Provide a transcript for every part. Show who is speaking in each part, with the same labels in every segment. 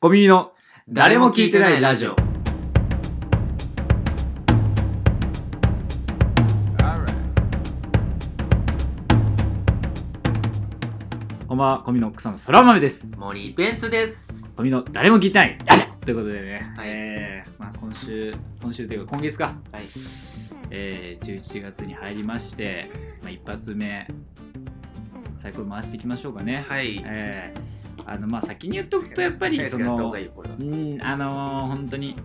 Speaker 1: 小耳の
Speaker 2: 誰も聞いてないラジオ。
Speaker 1: こんばんは、小耳の奥さんのそら豆です。
Speaker 2: 森ベンツです。
Speaker 1: 小耳の誰も聞いてないラジオということでね、
Speaker 2: はい
Speaker 1: えーまあ、今週、今週というか今月か、
Speaker 2: はい。
Speaker 1: えー、11月に入りまして、まあ、一発目、サイコロ回していきましょうかね。
Speaker 2: はい。
Speaker 1: えーあのまあ、先に言っとくと、やっぱりその、うん、あのー、本当に、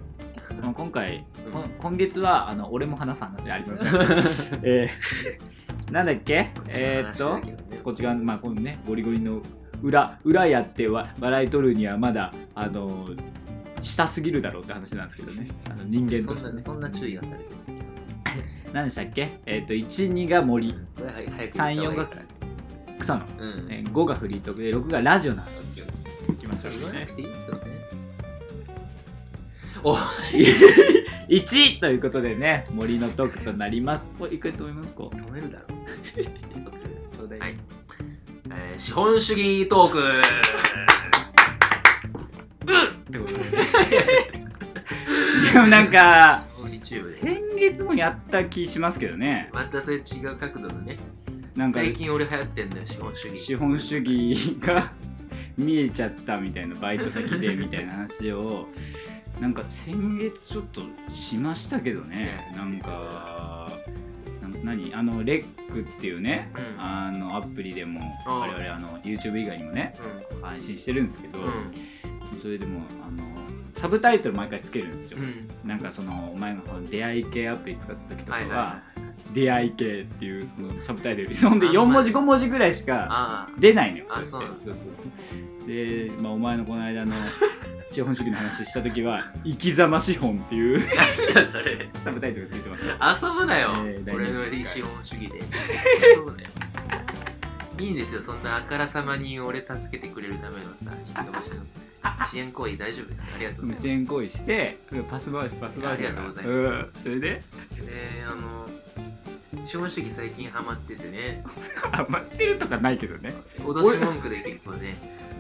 Speaker 1: まあ、今回、
Speaker 2: うん
Speaker 1: こん今月はあの俺も話す話ありま せん。えー、なんだっけえー、っと、こっち側の、まあ、このね、ゴリゴリの裏、裏やってわ笑い取るにはまだ、あの、下すぎるだろうって話なんですけどね、あの人間
Speaker 2: そ
Speaker 1: と
Speaker 2: ん
Speaker 1: して、
Speaker 2: な
Speaker 1: ね。
Speaker 2: そんな注意がされてる。
Speaker 1: 何でしたっけえっ、と、1、2が森、
Speaker 2: これはい早く
Speaker 1: 3、4
Speaker 2: 言
Speaker 1: が
Speaker 2: った方いいから。
Speaker 1: 草野、
Speaker 2: うん。
Speaker 1: えー5がフリートークで、6がラジオなんですけど、いきましょ
Speaker 2: 言
Speaker 1: う
Speaker 2: わな
Speaker 1: ね
Speaker 2: く。ていいけどね。
Speaker 1: 1ということでね、森のトークとなります。これ、いくと思いますか
Speaker 2: 止めるだろう。
Speaker 1: ちょうだい
Speaker 2: はいえー資本主義トーク。
Speaker 1: ということでねでもなん か、
Speaker 2: YouTube で。
Speaker 1: 先月もやった気しますけどね。
Speaker 2: またそれ違う角度のね。
Speaker 1: なんか
Speaker 2: 最近俺流行ってんだよ資本主義。
Speaker 1: 資本主義が 見えちゃったみたいなバイト先でみたいな話をなんか先月ちょっとしましたけどね
Speaker 2: ね
Speaker 1: なんかな何あのレックっていうね
Speaker 2: うん。うん。
Speaker 1: あのアプリでも
Speaker 2: あー
Speaker 1: 我々あの YouTube 以外にもね配信してるんですけど、
Speaker 2: うん。
Speaker 1: それでもあのサブタイトル毎回つけるんですよ、
Speaker 2: うん。
Speaker 1: なんかそのお前がその出会い系アプリ使った時とかは、
Speaker 2: はいはいはい
Speaker 1: 出会い系っていうそのサブタイトルそんで
Speaker 2: あんまり
Speaker 1: 4文字5文字ぐらいしか
Speaker 2: ああ。
Speaker 1: 出ないのよ。
Speaker 2: あ
Speaker 1: こやって
Speaker 2: そ
Speaker 1: そうそうで、まあ、お前のこの間の 資本主義の話した時は「生き様資本」っていう
Speaker 2: なん だそれ。
Speaker 1: サブタイトルがついてますから
Speaker 2: 遊ぶなよ、
Speaker 1: えー
Speaker 2: 俺の
Speaker 1: 大丈夫です
Speaker 2: 資 本主義でそうだよいいんですよそんなあからさまに俺助けてくれるためのさ引き伸 ばしの支援行為大丈夫ですありがとうご
Speaker 1: 無
Speaker 2: ざ
Speaker 1: 遅
Speaker 2: いま
Speaker 1: 延行為してパス回しパス回しだから
Speaker 2: ありがとうござい
Speaker 1: うんそれで
Speaker 2: すであの資本主義最近ハマってて ね
Speaker 1: 余ってるとかないけどね
Speaker 2: 脅し文句で結構ね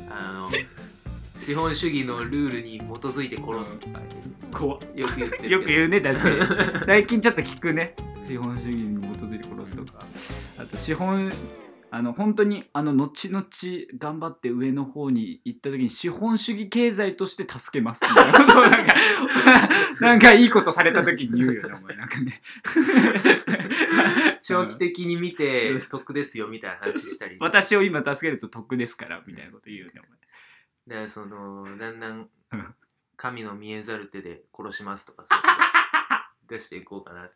Speaker 2: あの資本主義のルールに基づいて殺すとか
Speaker 1: 怖っ
Speaker 2: よく言ってるけ ど
Speaker 1: よく言うね 確かに最近ちょっと聞くね資本主義に基づいて殺すとかあと資本あの本当にあの後々頑張って上の方に行った時に資本主義経済として助けますみたいなことをなんかなんかいいことされた時に言うよねお前なんか ね
Speaker 2: 長期的に見て得ですよみたいな話したり
Speaker 1: 私を今助けると得ですからみたいなこと言うよねお前
Speaker 2: だからそのだんだん
Speaker 1: うん
Speaker 2: 神の見えざる手で殺しますとか さ出していこうかな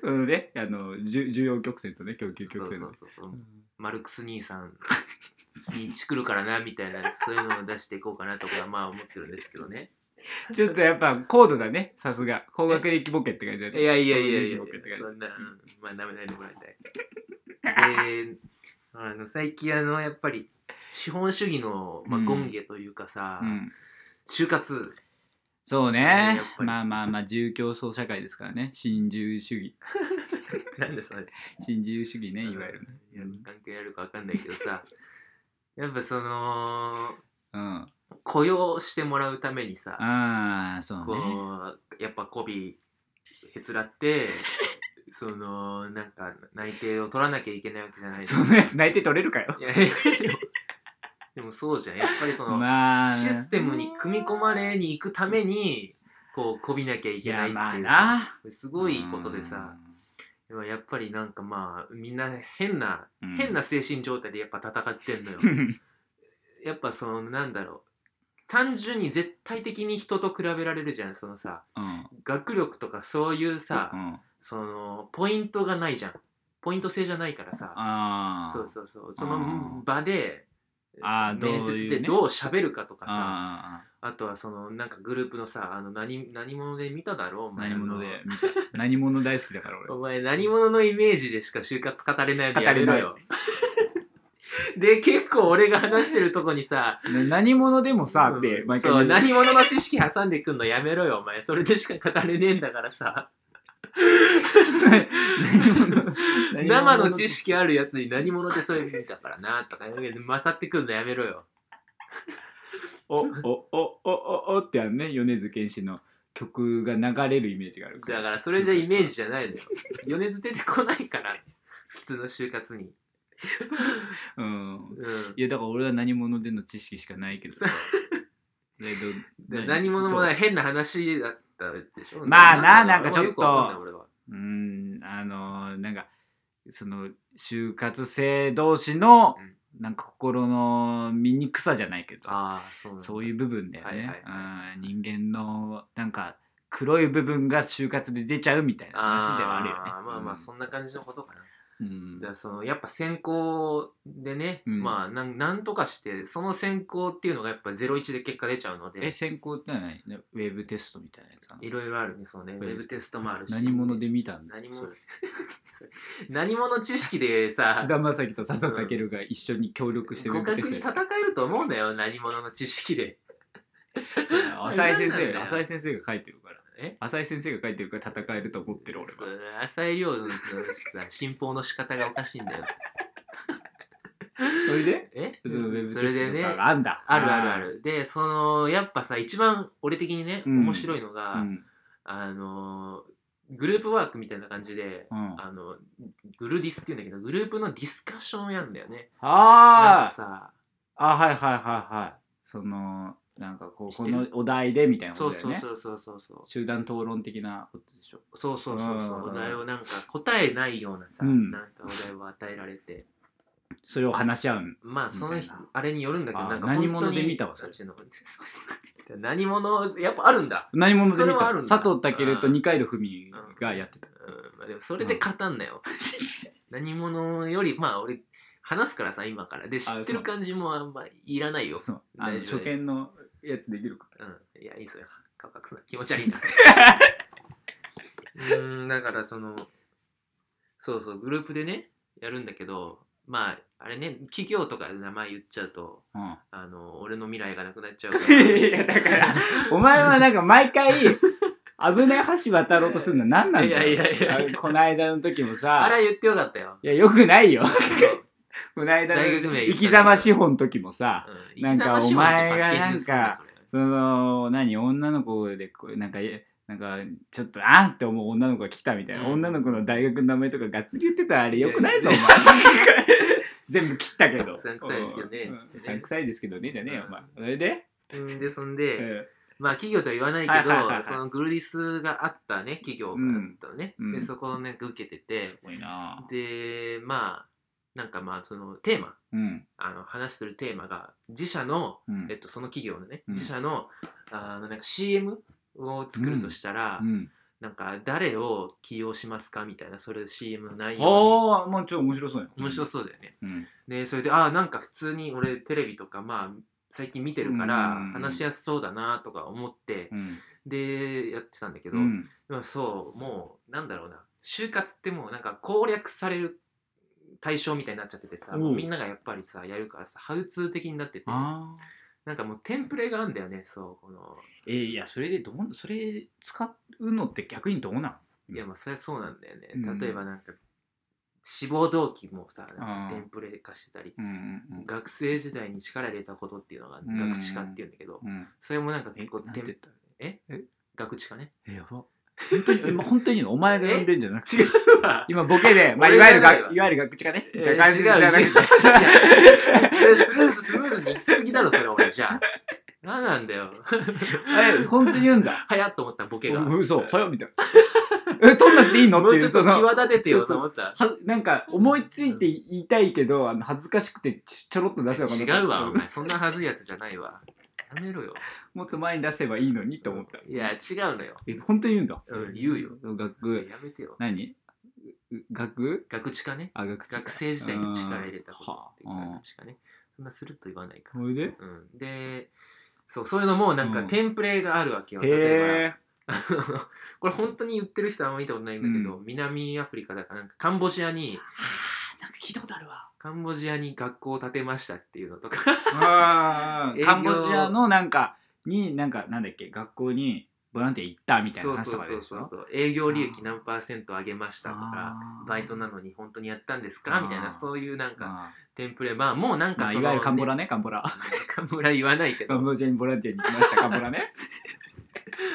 Speaker 1: そのねあのじゅ需要曲線とね供給
Speaker 2: そう
Speaker 1: 曲
Speaker 2: そう
Speaker 1: 線の
Speaker 2: そうそうマルクス兄さんにチクるからなみたい なそういうのを出していこうかなとかまあ思ってるんですけどね
Speaker 1: ちょっとやっぱ高度だねさすが高学歴ボケって感じだ
Speaker 2: い
Speaker 1: ね
Speaker 2: やいやいやいや
Speaker 1: 高学歴ボケって感じ
Speaker 2: そんな、うんまあなめないでもらいた いであの最近あのやっぱり資本主義の、まあ、
Speaker 1: うん
Speaker 2: 権下というかさ、
Speaker 1: うん
Speaker 2: 就活
Speaker 1: そう
Speaker 2: ね
Speaker 1: ね
Speaker 2: やっ。ぱり
Speaker 1: まあまあまあ、住競争社会ですからね。新自由主義。
Speaker 2: なんでそれ
Speaker 1: 新自由主義ね、いわゆるね。
Speaker 2: いや関係あるかわかんないけどさ やっぱその
Speaker 1: うん。あ
Speaker 2: 雇用してもらうためにさ
Speaker 1: あー、そう
Speaker 2: こ
Speaker 1: ね。
Speaker 2: うやっぱ媚びへつらって そのなんか内定を取らなきゃいけないわけじゃないです
Speaker 1: そ
Speaker 2: か
Speaker 1: んなやつ泣いて取れるかよ。
Speaker 2: いやいやでもでもそうじゃんやっぱりその、
Speaker 1: まあ。
Speaker 2: システムに組み込まれに行くためにこう媚びなきゃい
Speaker 1: い
Speaker 2: け
Speaker 1: や、
Speaker 2: ないって
Speaker 1: まあ
Speaker 2: いうさ
Speaker 1: な。
Speaker 2: すごいことでさでもやっぱりなんかまあみんな変な、
Speaker 1: うん
Speaker 2: 変な精神状態でやっぱ戦ってんのよ
Speaker 1: うん。
Speaker 2: やっぱそのなんだろう単純に絶対的に人と比べられるじゃんそのさ
Speaker 1: うん。
Speaker 2: 学力とかそういうさ、
Speaker 1: うん
Speaker 2: そのポイントがないじゃんポイント制じゃないからさ
Speaker 1: ああ。
Speaker 2: そうそうそうそ
Speaker 1: うん
Speaker 2: の場で
Speaker 1: あーどうい
Speaker 2: 面
Speaker 1: うね
Speaker 2: 接でどう喋るかとかさあ
Speaker 1: あ
Speaker 2: とはそのなんかグループのさあの何何者で見ただろうお
Speaker 1: あ。
Speaker 2: 前
Speaker 1: 何者で。見た何者大好きだから
Speaker 2: あ
Speaker 1: 俺
Speaker 2: の。お前何者のイメージでしか就活語れないのやめろよ で結構俺が話してるとこにさ
Speaker 1: な何者でもさって
Speaker 2: うん
Speaker 1: 毎
Speaker 2: そう
Speaker 1: 回言う。
Speaker 2: 何者の知識挟んでくんのやめろよお前それでしか語れねえんだからさ
Speaker 1: 何者
Speaker 2: 生の知。識あるやつに何者でそれ見たからなとか言うけど勝ってくんのやめろよ
Speaker 1: おおおおおおってあのね米津玄師の曲が流れるイメージがあるから
Speaker 2: だからそれじゃイメージじゃないのよ米津出てこないから普通の就活に
Speaker 1: うん
Speaker 2: うん
Speaker 1: いやだから俺は何者での知識しかないけどさ だけど
Speaker 2: で何者もないい変な話だったでしょ
Speaker 1: まあな
Speaker 2: だろう
Speaker 1: なんかちょっと
Speaker 2: よくわかんない俺は
Speaker 1: うんあのーなんかその就活生同士の
Speaker 2: うん
Speaker 1: なんか心の醜さじゃないけど
Speaker 2: ああそうなんだ
Speaker 1: そういう部分だよ
Speaker 2: はいは
Speaker 1: ね
Speaker 2: いは
Speaker 1: うん人間のなんか黒い部分が就活で出ちゃうみたいな話ではあるよね
Speaker 2: ーまあまあそ
Speaker 1: うん
Speaker 2: な感じのことかな、
Speaker 1: ん
Speaker 2: だからそのやっぱ選考でね、
Speaker 1: うん
Speaker 2: まあなんなんとかしてその選考っていうのがやっぱ01で結果出ちゃうの
Speaker 1: え
Speaker 2: で
Speaker 1: 選考ってのは何ウェブテストみたいなやつかない
Speaker 2: ろいろあるねそうねウェブテストもあるし
Speaker 1: 何者で見たんだ
Speaker 2: 何者
Speaker 1: それ
Speaker 2: 何者知識 でさ
Speaker 1: 菅田将暉と笹田健が一緒に協力してウェ
Speaker 2: 互
Speaker 1: ブ
Speaker 2: 角
Speaker 1: テ
Speaker 2: に
Speaker 1: スト
Speaker 2: 戦
Speaker 1: やる
Speaker 2: えると思うんだよ何者の知識で
Speaker 1: 浅井先生が
Speaker 2: 何なんだよ
Speaker 1: 浅井先生が書いてるから
Speaker 2: え
Speaker 1: 浅井先生が書いてるから戦えると思ってる俺は
Speaker 2: そう浅井亮のさ信奉の仕方がおかしいんだよ
Speaker 1: それで
Speaker 2: え
Speaker 1: そのウェブテスト
Speaker 2: それでね
Speaker 1: とかがあんだ
Speaker 2: あるあるあるでそのやっぱさ一番俺的にね
Speaker 1: うん
Speaker 2: 面白いのが、
Speaker 1: うん
Speaker 2: あのグループワークみたいな感じで、
Speaker 1: うん
Speaker 2: あのグルディスっていうんだけどグループのディスカッションをやるんだよねなんか
Speaker 1: あー
Speaker 2: さ
Speaker 1: あはいはいはいはいそのなんかこう
Speaker 2: 知っ
Speaker 1: こ
Speaker 2: てる
Speaker 1: のお題でみたいなこ
Speaker 2: そ
Speaker 1: と
Speaker 2: う
Speaker 1: だよ
Speaker 2: そう
Speaker 1: ね
Speaker 2: そうそうそうそう
Speaker 1: 集団討論的なことでしょ
Speaker 2: そうそうそうそう
Speaker 1: うん
Speaker 2: お題をなんか答えないようなさ、
Speaker 1: うん
Speaker 2: なんかお題を与えられて
Speaker 1: それを話し合うん
Speaker 2: まあその
Speaker 1: みたいな
Speaker 2: あれによるんだけど
Speaker 1: あ
Speaker 2: なんか
Speaker 1: 何
Speaker 2: 本当に
Speaker 1: 者で見たわそれ
Speaker 2: なんちゅうの 何者やっぱあるんだ、
Speaker 1: 何者で
Speaker 2: それ
Speaker 1: 見
Speaker 2: はある
Speaker 1: た
Speaker 2: んだ
Speaker 1: 佐藤健と二階堂ふみがやってた
Speaker 2: うんまあ、でもそれで語んなよ、何者よりまあ俺話すからさ今からで知ってる感じもあんまいらないよ
Speaker 1: そうあの
Speaker 2: 大丈夫
Speaker 1: 初見のやつできるか
Speaker 2: うん、いや、いいっすよ。顔隠すな。気持 ち悪いんだ。うーん、だからその、そうそう、グループでね、やるんだけど、まあ、あれね、企業とかで名前言っちゃうと、
Speaker 1: ら、うん
Speaker 2: あの、俺の未来がなくなっちゃうか ら。
Speaker 1: いやだからお前はなんか毎 回危ない橋渡ろうとするの何なんだよ
Speaker 2: いやいやいや
Speaker 1: あこの間の時も
Speaker 2: あ
Speaker 1: さ
Speaker 2: れは言ってよかったよ。
Speaker 1: いやよくないよこの間の
Speaker 2: 大学名
Speaker 1: 生き様資本の時もさ
Speaker 2: う ん
Speaker 1: なんかお前がなんか、
Speaker 2: 生き様資本ってパッケージにすんだよそれ
Speaker 1: その何女の子でこうなんかえなんかちょっとあんって思う女の子が来たみたいな、
Speaker 2: うん
Speaker 1: 女の子の大学の名前とかがっつり言ってたらあれよくないぞお
Speaker 2: い
Speaker 1: 前
Speaker 2: や
Speaker 1: 全部切ったけど
Speaker 2: うさんくさいですよね
Speaker 1: うん
Speaker 2: つって
Speaker 1: う
Speaker 2: ね
Speaker 1: さんくさいですけどねじゃねえよ
Speaker 2: うん
Speaker 1: お前それで、
Speaker 2: うんで、そ ん
Speaker 1: う
Speaker 2: で、
Speaker 1: ん
Speaker 2: まあ企業とは言わないけど、
Speaker 1: はいはいはいはい
Speaker 2: そのグルディスがあったね、企業があったね。
Speaker 1: うんう
Speaker 2: で、
Speaker 1: ん
Speaker 2: そこをなんか受けてて、
Speaker 1: すごいな
Speaker 2: でまあなんかまあそのテーマ
Speaker 1: うん
Speaker 2: あの話するテーマが自社の、
Speaker 1: うん
Speaker 2: えっと、その企業のね、
Speaker 1: うん
Speaker 2: 自社のあのなんか CM を作るとしたら、
Speaker 1: うん
Speaker 2: なんか誰を起用しますかみたいなそれ CM の内容
Speaker 1: ああ、まあちょっと面白そうや
Speaker 2: に面白
Speaker 1: そ
Speaker 2: そうだよね。
Speaker 1: う。うん。
Speaker 2: でそれでああなんか普通に俺テレビとかまあ最近見てるから
Speaker 1: うん
Speaker 2: 話しやすそうだなとか思って
Speaker 1: うん。
Speaker 2: でやってたんだけど、
Speaker 1: うん。
Speaker 2: まあそうもうなんだろうな就活ってもうなんか攻略される対象みたいになっちゃっててさ、
Speaker 1: うん
Speaker 2: みんながやっぱりさやるからさハウツー的になっててな
Speaker 1: ああ。
Speaker 2: んかもうテンプレがあるんだよねそうこの
Speaker 1: えーいや、それでどう、それ使うのって逆にどうなんうん
Speaker 2: いやまあそりゃそうなんだよね、
Speaker 1: うん
Speaker 2: 例えばなんか志望動機もさなん
Speaker 1: あ
Speaker 2: か
Speaker 1: ー
Speaker 2: テンプレ化してたり、
Speaker 1: うんうん
Speaker 2: 学生時代に力入れたことっていうのが
Speaker 1: ん
Speaker 2: 学知化っていうんだけど、
Speaker 1: うん。うん。
Speaker 2: それもなんか結構
Speaker 1: えなん
Speaker 2: テ
Speaker 1: て言
Speaker 2: ン
Speaker 1: った
Speaker 2: え
Speaker 1: え
Speaker 2: 学知化ね
Speaker 1: え、やば。本当に、今本当にいいのお前が呼んでんじゃなくて。
Speaker 2: 違うわ
Speaker 1: 今ボケで、まあ、い
Speaker 2: 俺じ
Speaker 1: わ
Speaker 2: ゃ
Speaker 1: ゆる
Speaker 2: ないわ
Speaker 1: が、いわゆる学知がね。
Speaker 2: えー
Speaker 1: みたいな感じじゃなくて
Speaker 2: 違う違うそれスムーズスムーズに行き過 ぎだろそれ俺じゃあ何なんだよ
Speaker 1: え、本当に言うんだ。
Speaker 2: はやっと思った ボ ケがもう
Speaker 1: 嘘、はよ、みたいな。え、 取んなくていいのってい
Speaker 2: ちょ
Speaker 1: う、
Speaker 2: っと
Speaker 1: その。
Speaker 2: 際立ててよと思った
Speaker 1: はなんか思いついて言いたいけど、あの恥ずかしくてちょちょろっと出せようかなと
Speaker 2: 違うわお前そんなはずいやつじゃないわやめろよ
Speaker 1: もっと前に出せばいいのにと思った
Speaker 2: いや違うのよ
Speaker 1: え本当に言うんだ、
Speaker 2: うん言うよ
Speaker 1: 学
Speaker 2: やめてよ
Speaker 1: 何う学
Speaker 2: 学知化ね
Speaker 1: あ学
Speaker 2: 学生時代に力入れたことっていう
Speaker 1: はあうん
Speaker 2: 学知化ねそんなすると言わないから
Speaker 1: それで
Speaker 2: うんでそうそういうのもなんか
Speaker 1: うん
Speaker 2: テンプレがあるわけよ例えば
Speaker 1: へ え
Speaker 2: あのこれ本当に言ってる人あんま見たことないんだけど、
Speaker 1: う
Speaker 2: 南アフリカだからなんかカンボジアに
Speaker 1: なんか聞いたことあるわ
Speaker 2: カンボジアに学校を建てましたっていうのとか
Speaker 1: あー
Speaker 2: 営業
Speaker 1: カンボジアのなんかになんかなんだっけ学校にボランティア行ったみたいな
Speaker 2: そう
Speaker 1: 話
Speaker 2: そ
Speaker 1: と
Speaker 2: う
Speaker 1: か
Speaker 2: そ
Speaker 1: で
Speaker 2: う
Speaker 1: し
Speaker 2: そ
Speaker 1: ょ
Speaker 2: うそう営業利益何パーセント上げましたとか
Speaker 1: あー
Speaker 2: バイトなのに本当にやったんですかみたいな
Speaker 1: あー
Speaker 2: そういうなんか
Speaker 1: あ
Speaker 2: 天ぷらまあもうなん
Speaker 1: ま
Speaker 2: か
Speaker 1: あ、
Speaker 2: そ
Speaker 1: い
Speaker 2: の、
Speaker 1: わゆるカンボラねカンボラ
Speaker 2: カンボラ言わないけ
Speaker 1: カン
Speaker 2: ど
Speaker 1: ボジアにボランティアに行きましたカンボラ ね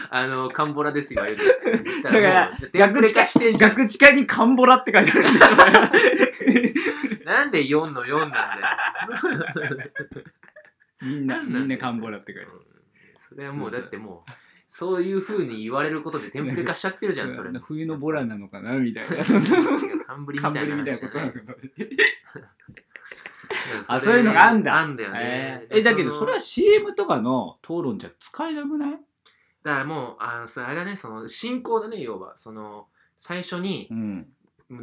Speaker 2: あのカンボラですよよく言っ た
Speaker 1: だから
Speaker 2: もうじゃあ天
Speaker 1: 逆
Speaker 2: ぷら
Speaker 1: 地下
Speaker 2: 化してんじゃん
Speaker 1: 逆地下にカンボラって書いてあるん ですよ
Speaker 2: なんで4の4なんだよ
Speaker 1: みんな
Speaker 2: なんなんだ
Speaker 1: み
Speaker 2: よ
Speaker 1: んなカンボラって書いてある
Speaker 2: それはもうだってもうそういうふうに言われることで天ぷら化しちゃってるじゃんそれ
Speaker 1: 冬のボラなのかなみたいな
Speaker 2: カンブリ
Speaker 1: カ
Speaker 2: み
Speaker 1: ンボ
Speaker 2: たい
Speaker 1: リ
Speaker 2: な
Speaker 1: みたいな
Speaker 2: 話じ
Speaker 1: こ
Speaker 2: ゃ
Speaker 1: と
Speaker 2: な
Speaker 1: ないのかなあそういうのがあんだ
Speaker 2: あんだよね
Speaker 1: え。ーえだけど
Speaker 2: の
Speaker 1: それは CM とかの討論じゃ使えなくない
Speaker 2: だからもう、あのそれあれだね、その進行だね、要は。その最初に
Speaker 1: う、ん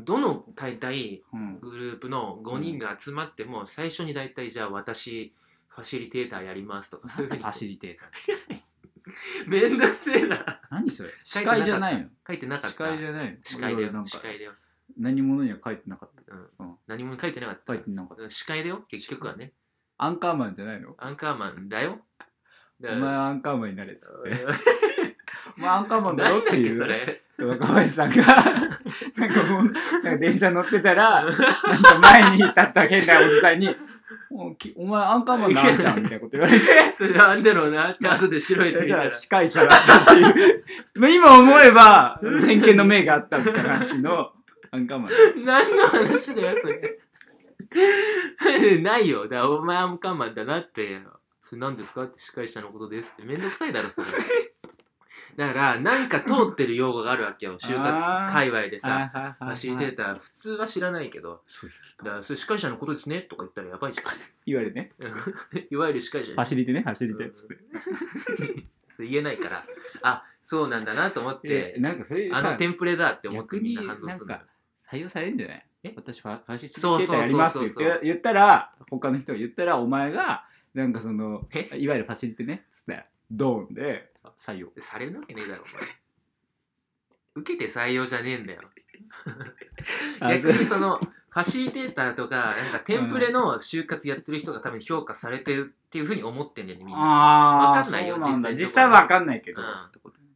Speaker 2: どの大体
Speaker 1: うん
Speaker 2: グループの5人が集まっても、最初に大体じゃあ私、ファシリテーターやりますとか、そういうふうに
Speaker 1: ファ。シリテーター
Speaker 2: めんどくせえな。
Speaker 1: 何それ
Speaker 2: 書
Speaker 1: 司
Speaker 2: いてなかった
Speaker 1: 会じゃないの
Speaker 2: 書いてなかっ
Speaker 1: 司
Speaker 2: た。
Speaker 1: 会じゃないの
Speaker 2: 司会だ
Speaker 1: 俺な
Speaker 2: よ
Speaker 1: ん。
Speaker 2: 司
Speaker 1: か
Speaker 2: 会だよ。
Speaker 1: 何者には書いてなかった
Speaker 2: 何も書いてなかっ
Speaker 1: 書いてなかった
Speaker 2: た。司会だよ、結局はね。
Speaker 1: アンカーマンじゃないの
Speaker 2: アンカーマンだよ。
Speaker 1: お
Speaker 2: だか
Speaker 1: 前
Speaker 2: ら
Speaker 1: アンカーマンになれっつってお前アンカーマンだろ
Speaker 2: 何
Speaker 1: って
Speaker 2: だっけ、
Speaker 1: いう
Speaker 2: それ。
Speaker 1: 若林 さんがなんかもうなんか電車乗ってたらなんか前に立った変なおじさんに「おきお前アンカーマンなんじゃん」みたいなこと言われて
Speaker 2: それなんだろうなって、後で白い
Speaker 1: だ
Speaker 2: 鳥
Speaker 1: か
Speaker 2: から
Speaker 1: ら。司会者だったっていうまあ今思えば先見の明があったみたいな話のアンカーマン
Speaker 2: 何の話だよそれないよだからお前アンカンマンだなってそれ何ですかって司会者のことですってめんどくさいだろそれだからなんか通ってる用語があるわけよ就
Speaker 1: あー
Speaker 2: 活界隈でさ
Speaker 1: あ
Speaker 2: ファシリテーター普通は知らないけど
Speaker 1: そういうこと
Speaker 2: だ
Speaker 1: か
Speaker 2: からそれ司会者のことですねとか言ったらやばいじ
Speaker 1: いわゆるね
Speaker 2: ゃんいわゆる司会者
Speaker 1: 走り手ね走り手っつって
Speaker 2: それ言えないからあそうなんだなと思っ
Speaker 1: え
Speaker 2: て
Speaker 1: なんかそれ
Speaker 2: あの
Speaker 1: さ
Speaker 2: テンプレだって思ってみんな反
Speaker 1: 逆に
Speaker 2: 応するのよ
Speaker 1: なん採用されるんじゃない
Speaker 2: え
Speaker 1: 私ファファシス
Speaker 2: そ
Speaker 1: トデ
Speaker 2: う
Speaker 1: ー
Speaker 2: そうそうそう
Speaker 1: タやりますって言って言ったら他の人が言ったらお前がなんかその
Speaker 2: え
Speaker 1: いわゆるファシリテねっつってドーンで採用
Speaker 2: されるわけねえだろお前受けて採用じゃねえんだよ 逆にそのファシリテーターとかなんかテンプレの就活やってる人が多分評価されてるっていうふうに思ってんだよねみんな、
Speaker 1: あ
Speaker 2: わ
Speaker 1: あ
Speaker 2: かんないよ
Speaker 1: そうなんだ
Speaker 2: 実際のと
Speaker 1: 実際
Speaker 2: ころ
Speaker 1: わかんないけど、
Speaker 2: うん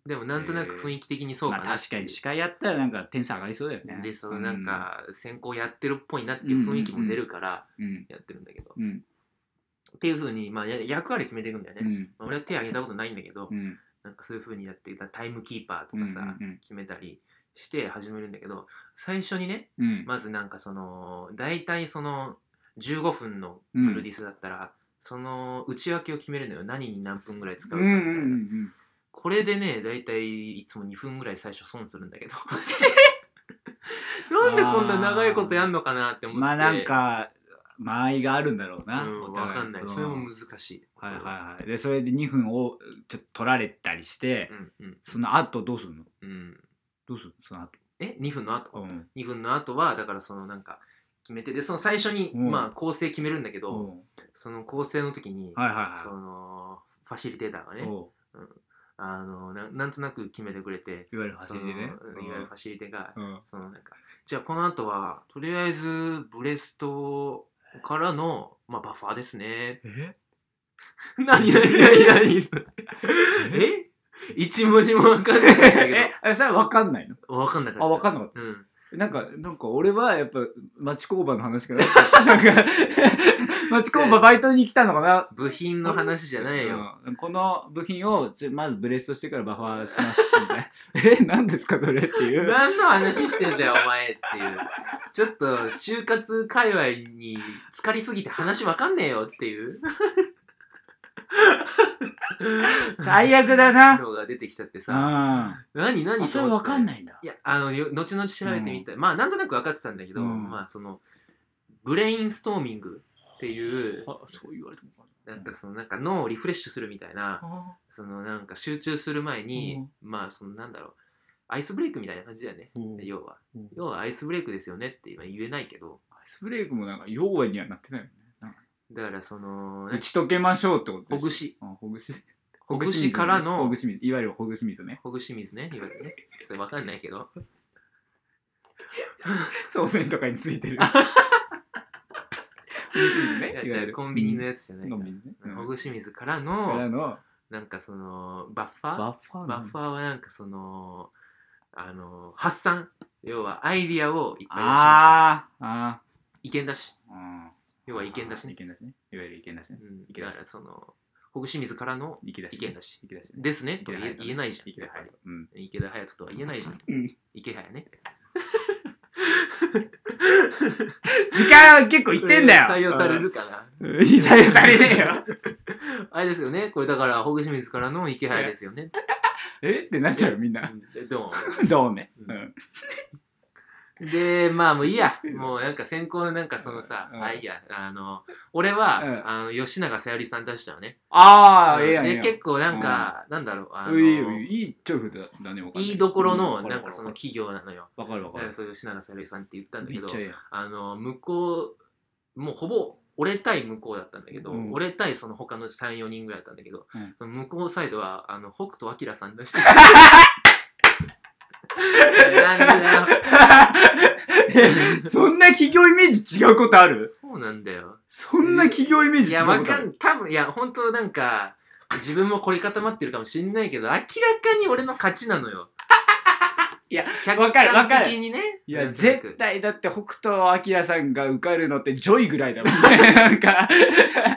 Speaker 2: でもなんとなく雰囲気的にそうか
Speaker 1: ま
Speaker 2: な、
Speaker 1: あ確かに司会やったらなんか点数上がりそうだよね
Speaker 2: でそのなん、か先行やってるっぽいなっていう雰囲気も出るから
Speaker 1: うん
Speaker 2: やってるんだけど、
Speaker 1: うん
Speaker 2: っていうふうに、まあ、や役割決めていくんだよね
Speaker 1: う、ん
Speaker 2: まあ俺は手挙げたことないんだけど、
Speaker 1: うん
Speaker 2: なんかそういうふうにやってたタイムキーパーとかさ、
Speaker 1: うん
Speaker 2: 決めたりして始めるんだけど最初にね
Speaker 1: うん
Speaker 2: まずなんかその大体その15分のプロディスだったら、その内訳を決めるのよ何に何分ぐらい使う
Speaker 1: う
Speaker 2: か
Speaker 1: ん
Speaker 2: み
Speaker 1: う
Speaker 2: たい
Speaker 1: ん
Speaker 2: な、
Speaker 1: うんうん
Speaker 2: これでね大体いつも2分ぐらい最初損するんだ けどなんでこんな長いことやんのかなって思って
Speaker 1: まあなんか間合いがあるんだろう
Speaker 2: う
Speaker 1: な、
Speaker 2: ん、
Speaker 1: お
Speaker 2: 分
Speaker 1: 互
Speaker 2: かんない
Speaker 1: の
Speaker 2: それも難しい
Speaker 1: はいはいはいでそれで2分をちょっと取られたりして、
Speaker 2: うんうん
Speaker 1: その後どうすんの
Speaker 2: うん
Speaker 1: どうすんのその後
Speaker 2: え2分の後
Speaker 1: うん
Speaker 2: 2分の後はだからそのなんか決めてでその最初に、
Speaker 1: うん
Speaker 2: まあ構成決めるんだけど、
Speaker 1: うん
Speaker 2: その構成の時に、
Speaker 1: はいはい
Speaker 2: そ
Speaker 1: は
Speaker 2: のファシリテーターが
Speaker 1: い
Speaker 2: ね、
Speaker 1: おう
Speaker 2: あのななんとなく決めてくれて
Speaker 1: いわゆる走りでね
Speaker 2: そのいわゆるファシリテが、
Speaker 1: うん
Speaker 2: そのなんかじゃあこの後はとりあえずブレストからの、まあ、バッファーで すね
Speaker 1: え
Speaker 2: 何何何何 え一文字も分かんないんだけ
Speaker 1: ええそれは分かんないの
Speaker 2: ど分かんなかった
Speaker 1: あ分かんなかっ
Speaker 2: うん
Speaker 1: たなんかなんか俺はやっぱ町工場の話か ななんか町工場バイトに来たのかな
Speaker 2: 部品の話じゃないよ、
Speaker 1: うんこの部品をつまずブレストしてからバッファーしますみたいな え何ですかそれっていう
Speaker 2: 何の話してんだよお前っていうちょっと就活界隈に浸かりすぎて話分かんねえよっていう
Speaker 1: 最悪だな
Speaker 2: のが出てきちゃってさ、
Speaker 1: あ
Speaker 2: 何
Speaker 1: あ
Speaker 2: 何
Speaker 1: それ分かん
Speaker 2: い
Speaker 1: ないんだ
Speaker 2: いやあのよ後々調べてみた、まあなんとなく分かってたんだけど、
Speaker 1: うん
Speaker 2: まあそのブレインストーミングっていう
Speaker 1: あそう言われても分かんない
Speaker 2: なんかそのなんか脳をリフレッシュするみたいな
Speaker 1: あ
Speaker 2: そのなんか集中する前に、まあそのなんだろうアイスブレイクみたいな感じだよね、
Speaker 1: うん
Speaker 2: 要は
Speaker 1: うん
Speaker 2: 要はアイスブレイクですよねって今言えないけど
Speaker 1: アイスブレイクもなんか用意にはなってないよねなんか
Speaker 2: だからその
Speaker 1: 打ち解けましょうってことでしょ
Speaker 2: ほぐし
Speaker 1: あほぐし
Speaker 2: ほぐしからの
Speaker 1: ほぐし水いわゆるほぐし水ね
Speaker 2: ほぐし水ねいわゆるねそれ分かんないけど
Speaker 1: そうめんとかについてるほぐし水ねい
Speaker 2: いや
Speaker 1: わゆ
Speaker 2: 違う
Speaker 1: る
Speaker 2: コンビニのやつじゃないか
Speaker 1: コ
Speaker 2: ら
Speaker 1: ンビニね
Speaker 2: うんほ
Speaker 1: し
Speaker 2: ぐし水から
Speaker 1: から
Speaker 2: の
Speaker 1: の
Speaker 2: なんかそのバッファー
Speaker 1: バッファー
Speaker 2: バッファーはなんかそのあの発散要はアイディアをいっぱい出し
Speaker 1: あーあ
Speaker 2: 意見出し
Speaker 1: ーうん
Speaker 2: 要は意見だしね
Speaker 1: 意見だしねいわゆる意見だしね
Speaker 2: うん、
Speaker 1: 意見
Speaker 2: だ
Speaker 1: だし
Speaker 2: からその北清水からの
Speaker 1: 意見だし
Speaker 2: 意
Speaker 1: ね
Speaker 2: 見だし
Speaker 1: 意見だしね
Speaker 2: ですねとは言え
Speaker 1: 池田隼人
Speaker 2: 言えないじゃん
Speaker 1: 池田
Speaker 2: やっぱり
Speaker 1: 隼人うん
Speaker 2: 池田隼人とは言えないじゃん
Speaker 1: うん
Speaker 2: 池早ね
Speaker 1: 時間結構いってんだよ
Speaker 2: 採用されるかな
Speaker 1: うん採用され ねえよ
Speaker 2: あれですよねこれだからほぐし水からの池早ですよね
Speaker 1: えってなっちゃうみんな
Speaker 2: えど
Speaker 1: どうね
Speaker 2: うん
Speaker 1: うん
Speaker 2: うでまあもういいやもうなんか先行なんかそのさ、
Speaker 1: うん
Speaker 2: あいいやあの俺は、
Speaker 1: うん
Speaker 2: あの吉永小百合さん出したのね
Speaker 1: ああええやんええ
Speaker 2: で
Speaker 1: やん
Speaker 2: 結構なんか、なんだろうあの
Speaker 1: うんいいよいいちょいふだだねわかんない
Speaker 2: いいどころの
Speaker 1: う
Speaker 2: なんかその企業なのよ
Speaker 1: わかるわ
Speaker 2: だ
Speaker 1: か
Speaker 2: か
Speaker 1: る
Speaker 2: らそう吉永小百合さんって言ったんだ
Speaker 1: め
Speaker 2: け
Speaker 1: っ
Speaker 2: ど
Speaker 1: ちゃええやん
Speaker 2: あの向こうもうほぼ俺対向こうだったんだけど、
Speaker 1: うん
Speaker 2: 俺対その他の34人ぐらいだったんだけど、
Speaker 1: うん
Speaker 2: その向こうサイドはあの北斗晶さん出して なん だよ
Speaker 1: そん な企業イメージ違うことある
Speaker 2: そうなんだよ
Speaker 1: そんな企業イメー
Speaker 2: い
Speaker 1: ジ 違
Speaker 2: や
Speaker 1: うことあ
Speaker 2: わ
Speaker 1: る
Speaker 2: かん多分いや本当なんか自分も凝り固まってるかもしんないけど明らかに俺の勝ちなのよ
Speaker 1: いや
Speaker 2: 客
Speaker 1: わかるわか
Speaker 2: 観
Speaker 1: る
Speaker 2: 的にね
Speaker 1: い
Speaker 2: な
Speaker 1: や、
Speaker 2: んとなく
Speaker 1: 絶対だって北斗晶さんが受かるのってジョイぐらいだ もんね。なんか、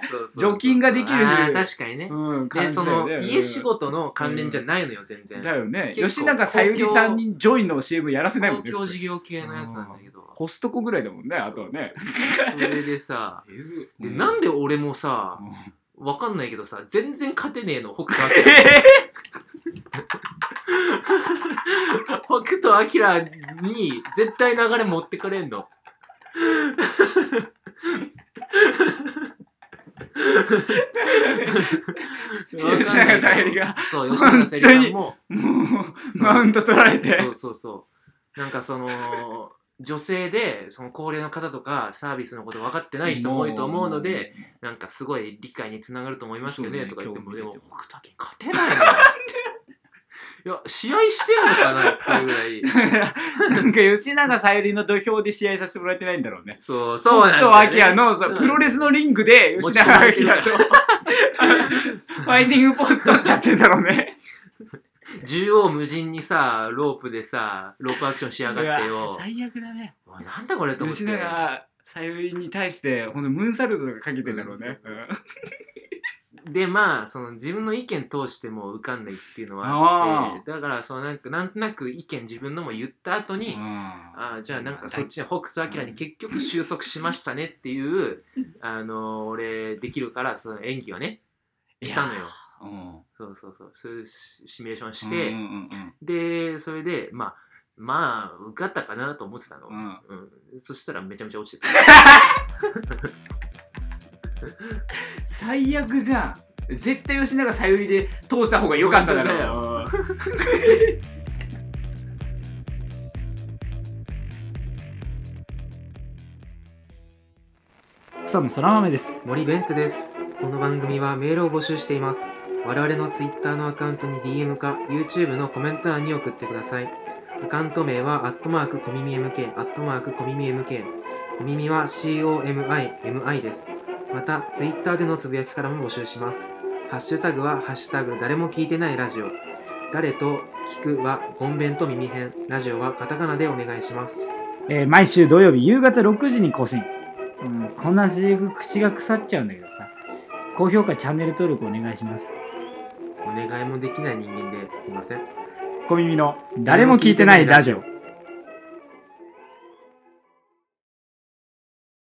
Speaker 2: そうそうそう
Speaker 1: 除菌ができる
Speaker 2: あー確かにね
Speaker 1: うん、
Speaker 2: でその家仕
Speaker 1: 事
Speaker 2: 事の関連じゃないのよ全然
Speaker 1: だよね。
Speaker 2: 結構
Speaker 1: 吉永小百合さんにジョイの CM やらせないも
Speaker 2: 公
Speaker 1: んね。
Speaker 2: 共事業系のやつなんだけど
Speaker 1: ホストコぐらいだもんね、あとはね。
Speaker 2: それでさで
Speaker 1: う
Speaker 2: なんで俺もさ
Speaker 1: うん
Speaker 2: わかんないけどさ全然勝てねえの北
Speaker 1: えへ
Speaker 2: 斗
Speaker 1: へ
Speaker 2: 北斗晶に絶対流れ持ってかれんの
Speaker 1: 吉 永小百合が、
Speaker 2: そう吉永小百合さんも
Speaker 1: もう、マウント取られて。
Speaker 2: そうそうそうなんかその女性でその高齢の方とかサービスのこと分かってない人も多いと思うのでなんかすごい理解につながると思いますよね
Speaker 1: そうね
Speaker 2: とか言っても、
Speaker 1: 興味
Speaker 2: で
Speaker 1: 出て
Speaker 2: も北斗勝てないのよいや試合してるのかなっていうぐ
Speaker 1: もう、
Speaker 2: らい
Speaker 1: なんか吉永小百合の土俵で試合させてもらってないんだろうね。
Speaker 2: そうそうなんだ
Speaker 1: 北斗晶
Speaker 2: よね
Speaker 1: のそう
Speaker 2: うん
Speaker 1: プロレスのリングで吉永明とファイティングポーズ取っちゃってんだろうね。
Speaker 2: 縦横無尽にさロープでさロープアクションしやがって
Speaker 1: うわ
Speaker 2: よ
Speaker 1: 最悪だね。
Speaker 2: うわなんだこれと思って
Speaker 1: 吉永さゆりに対してほんとムーンサルトとかかけてんだろうね。
Speaker 2: そう
Speaker 1: うん
Speaker 2: でまあその自分の意見通しても受かんないっていうのはあってだからそのなんかなんとなく意見自分のも言った後に、あーじゃあなんかそっちに北斗晶に結局収束しましたねっていう、あのー俺できるからその演技をねしたの
Speaker 1: いや
Speaker 2: よ
Speaker 1: うん
Speaker 2: そうそうそうそういうシシミュレーションして、
Speaker 1: うんうん
Speaker 2: でそれでまあまあ受かったかなと思ってたの、
Speaker 1: うんうん
Speaker 2: うんそしたらめちゃめちゃ落ちてた
Speaker 1: 最悪じゃん。絶対吉永さゆりで通した方が良かっただ
Speaker 2: 本当だ
Speaker 1: ろ
Speaker 2: よ
Speaker 1: う。 うん
Speaker 3: 草野そら豆です
Speaker 4: 森ベンツですこの番組はメールを募集しています我々の Twitter のアカウントに DM か YouTube のコメント欄に送ってくださいアカウント名はアットマークコミミ MK アットマークコミミ MK コミミは COMIMI ですまた Twitter でのつぶやきからも募集しますハッシュタグはハッシュタグ誰も聞いてないラジオ誰と聞くはゴンベンと耳編ラジオはカタカナでお願いします
Speaker 3: えー毎週土曜日夕方6時に更新、うん、こんなセリフ口が腐っちゃうんだけどさ高評価チャンネル登録お願いします
Speaker 4: お願いもできない人間ですいません
Speaker 3: 小耳の誰も聞いてないラジオ